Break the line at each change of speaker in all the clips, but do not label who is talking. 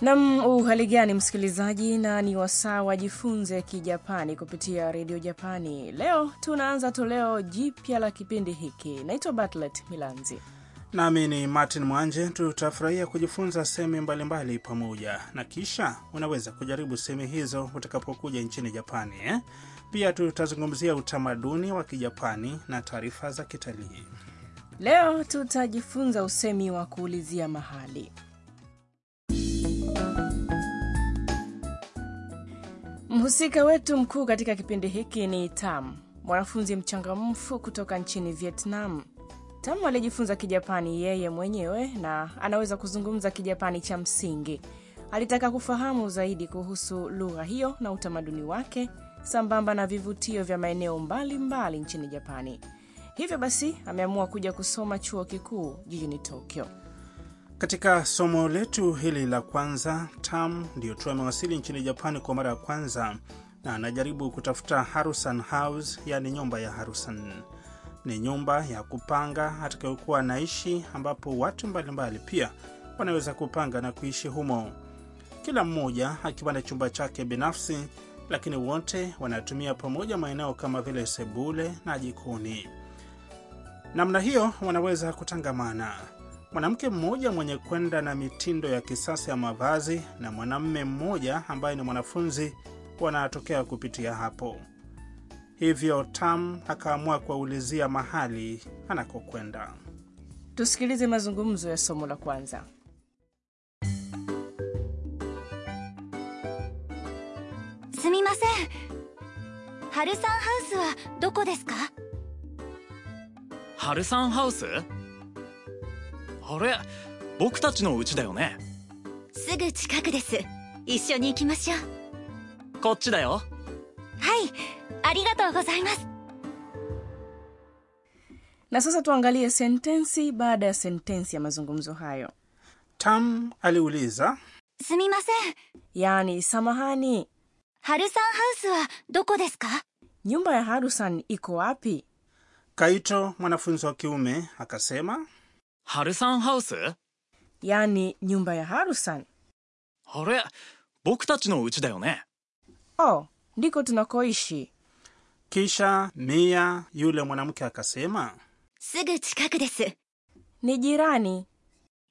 Nam, uhali gani msikilizaji, na ni wasaa wajifunze Kijapani kupitia redio Japani. Leo tunaanza toleo jipya la kipindi hiki. Naitwa Bartlett Milanzi
nami ni Martin Mwanje. Tutafurahia kujifunza semi mbalimbali pamoja, na kisha unaweza kujaribu semi hizo utakapokuja nchini Japani eh? Pia tutazungumzia utamaduni wa Kijapani na taarifa za kitalii.
Leo tutajifunza usemi wa kuulizia mahali. Mhusika wetu mkuu katika kipindi hiki ni Tam, mwanafunzi mchangamfu kutoka nchini Vietnam. Tam alijifunza Kijapani yeye mwenyewe na anaweza kuzungumza Kijapani cha msingi. Alitaka kufahamu zaidi kuhusu lugha hiyo na utamaduni wake sambamba na vivutio vya maeneo mbalimbali nchini Japani. Hivyo basi ameamua kuja kusoma chuo kikuu jijini Tokyo.
Katika somo letu hili la kwanza, Tam ndiyo tu amewasili nchini Japani kwa mara ya kwanza na anajaribu kutafuta Harusan House, yaani nyumba ya Harusan. Ni nyumba ya kupanga atakayokuwa anaishi, ambapo watu mbalimbali pia wanaweza kupanga na kuishi humo, kila mmoja akiwa na chumba chake binafsi, lakini wote wanatumia pamoja maeneo kama vile sebule na jikoni. Namna hiyo wanaweza kutangamana. Mwanamke mmoja mwenye kwenda na mitindo ya kisasa ya mavazi na mwanamume mmoja ambaye ni mwanafunzi wanatokea kupitia hapo. Hivyo Tam akaamua kuwaulizia mahali anakokwenda.
Tusikilize mazungumzo ya somo la kwanza.
すみませんハルサンハウスはどこですか
ハルサンハウスあれ僕たちの家だよね
すぐ近くです一緒に行きましょうは
こっちだよ
いありがとうございます
Na sasa tuangalie sentensi baada ya sentensi ya mazungumzo hayo,
Tam aliuliza
すみません
yaani samahani,
ハルサンハウスはどこですか
nyumba ya Harusan iko wapi?
Kaito, mwanafunzi wa kiume, akasema
ハルサンハウスあ
yaani nyumba ya Harusan.
れ僕たちの家だよね
Oh, ndiko tunakoishi.
kisha Mia yule mwanamke akasema
すぐ近くです
Ni jirani,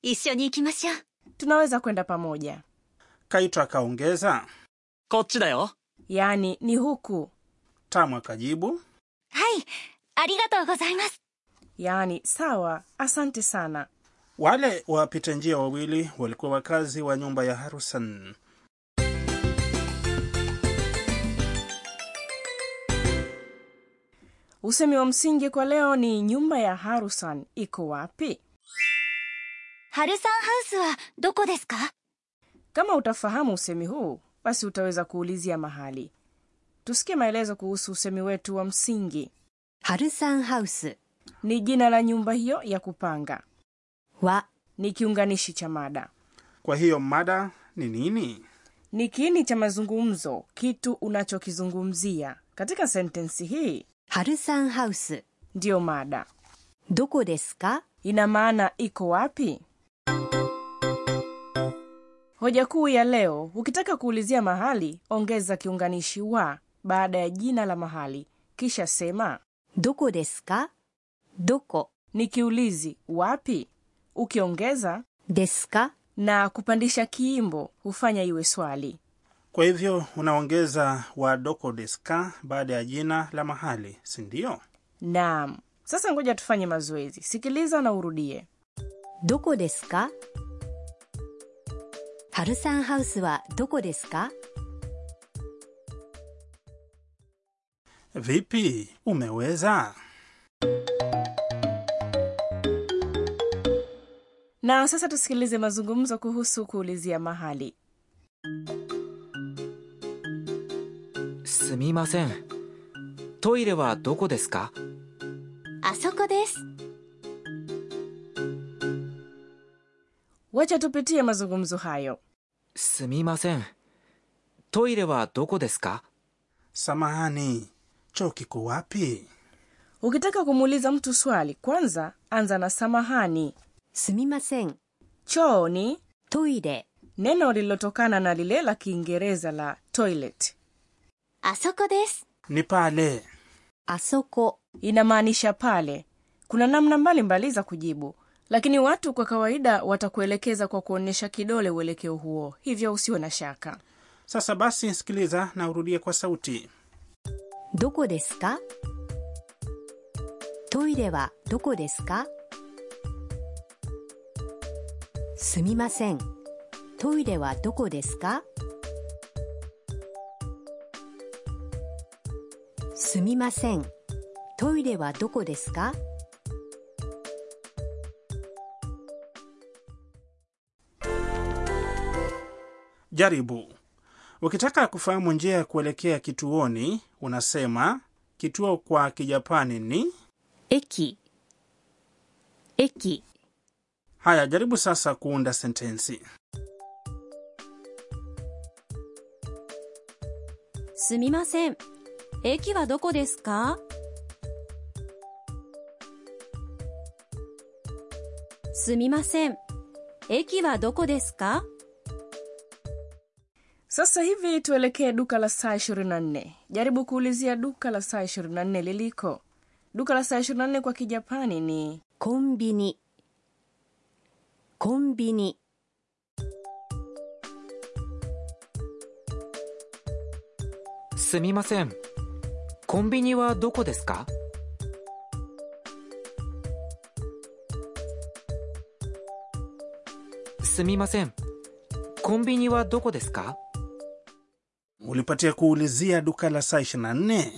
一緒に行きましょう
tunaweza kwenda pamoja.
Kaito akaongeza.
こっちだよ
Yaani ni huku,
Tamu akajibu.
はいありがとうございます
yaani sawa, asante sana.
Wale wapita njia wawili walikuwa wakazi wa nyumba ya Harusan.
Usemi wa msingi kwa leo ni nyumba ya Harusan iko wapi?
ハルサンハウスはどこですか
Kama utafahamu usemi huu, basi utaweza kuulizia mahali. Tusikie maelezo kuhusu usemi wetu wa msingi.
ハルサンハウス
Ni jina la nyumba hiyo ya kupanga,
は
ni kiunganishi cha mada,
Kwa hiyo mada ni nini?
ni kiini cha mazungumzo, kitu unachokizungumzia katika sentensi hii
ハルサンハウス
ndiyo mada.
どこですか
Ina maana iko wapi? Hoja kuu ya leo, ukitaka kuulizia mahali, ongeza kiunganishi wa baada ya jina la mahali, kisha sema
どこですかどこ
ni kiulizi wapi. Ukiongeza
ですか
na kupandisha kiimbo hufanya iwe swali.
Kwa hivyo unaongeza wadoko deska baada ya jina la mahali, si ndio?
Naam, sasa ngoja tufanye mazoezi. Sikiliza na urudie.
どこですかハルサンハウスはどこですか
Vipi, umeweza?
Na sasa tusikilize mazungumzo kuhusu kuulizia mahali.
すみませんトイレはどこですか
あそこです
Wacha tupitie mazungumzo hayo.
すみませんトイレはどこですか
Samahani, choo kiko wapi?
Ukitaka kumuuliza mtu swali, kwanza anza na samahani,
すみません
choo ni
トイレ
neno lililotokana na lile la kiingereza la toilet
あそこです。
ni pale
あそこ。
inamaanisha pale kuna namna mbalimbali za kujibu lakini watu kwa kawaida watakuelekeza kwa kuonyesha kidole uelekeo huo hivyo usiwe na shaka
sasa basi sikiliza na urudie kwa sauti
どこですかトイレはどこですかすみません。トイレはどこですかすみません。トイレはどこですか
jaribu ukitaka kufahamu njia ya kuelekea kituoni unasema kituo kwa kijapani ni
駅駅
haya jaribu sasa kuunda sentensi
すみません。駅はどこですかすみません。駅はどこですか
sasa hivi tuelekee duka la saa 24 jaribu kuulizia duka la saa 24 liliko duka la saa 24 kwa kijapani ni
コンビニコンビニ
すみませんコンビニはどこですかすみませんコンビニはどこですか
ulipatia kuulizia duka la saa 24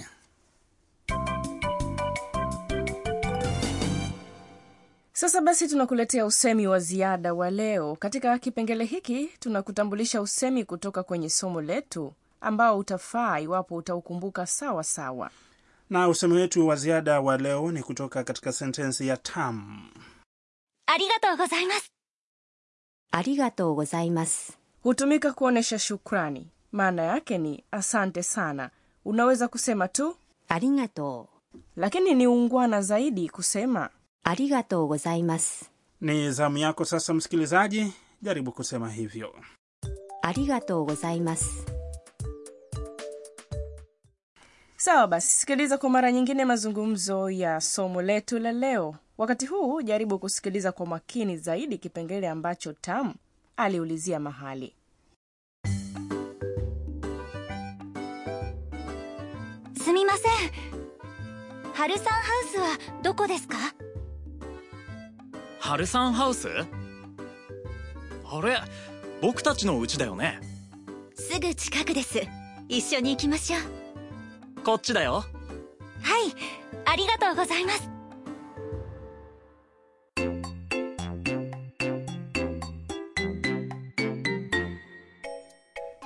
sasa basi tunakuletea usemi wa ziada wa leo katika kipengele hiki tunakutambulisha usemi kutoka kwenye somo letu ambao utafaa iwapo utaukumbuka sawa sawa
na usemi wetu wa ziada wa leo ni kutoka katika sentensi ya tam
ありがとうございますありがとうございます
hutumika kuonyesha shukrani maana yake ni asante sana unaweza kusema tu
ありがと
lakini ni ungwana zaidi kusema
うありがとうございます
ni zamu yako sasa msikilizaji jaribu kusema hivyo
ありがとうございます。
sawa basi sikiliza kwa mara nyingine mazungumzo ya somo letu la leo wakati huu jaribu kusikiliza kwa makini zaidi kipengele ambacho tam aliulizia mahali
すみませんハルサンハウスはどこですか
ハルサンハウスあれ僕たちの家だよね
すぐ近くです一緒に行きましょう
こっちだよ
はいありがとうございます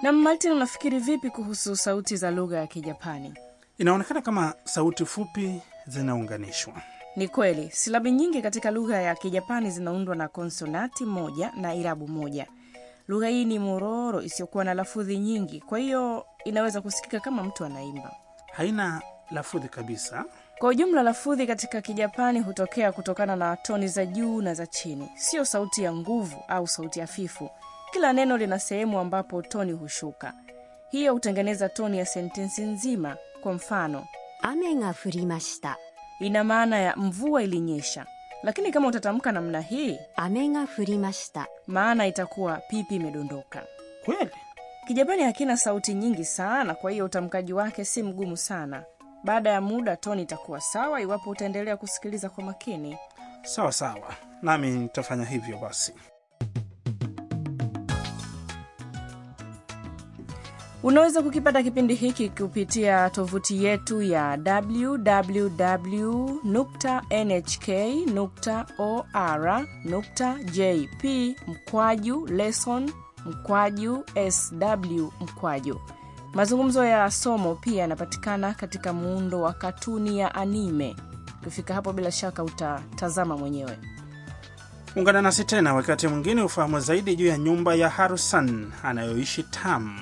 na martin unafikiri vipi kuhusu sauti za lugha ya kijapani
inaonekana kama sauti fupi zinaunganishwa
ni kweli silabi nyingi katika lugha ya kijapani zinaundwa na konsonati moja na irabu moja lugha hii ni mororo isiyokuwa na lafudhi nyingi kwa hiyo inaweza kusikika kama mtu anaimba
haina lafudhi kabisa
kwa ujumla lafudhi katika kijapani hutokea kutokana na toni za juu na za chini sio sauti ya nguvu au sauti hafifu kila neno lina sehemu ambapo toni hushuka hiyo hutengeneza toni ya sentensi nzima kwa mfano
雨が降りました。
ina maana ya mvua ilinyesha lakini kama utatamka namna hii
雨が降りました。
maana itakuwa pipi imedondoka
kweli
kijapani hakina sauti nyingi sana kwa hiyo utamkaji wake si mgumu sana baada ya muda toni itakuwa sawa iwapo utaendelea kusikiliza kwa makini
sawa sawa nami nitafanya hivyo basi
unaweza kukipata kipindi hiki kupitia tovuti yetu ya www nhk or jp mkwaju lesson mkwaju sw mkwaju mazungumzo ya somo pia yanapatikana katika muundo wa katuni ya anime ukifika hapo bila shaka utatazama mwenyewe
ungana nasi tena wakati mwingine ufahamu zaidi juu ya nyumba ya harusan anayoishi tam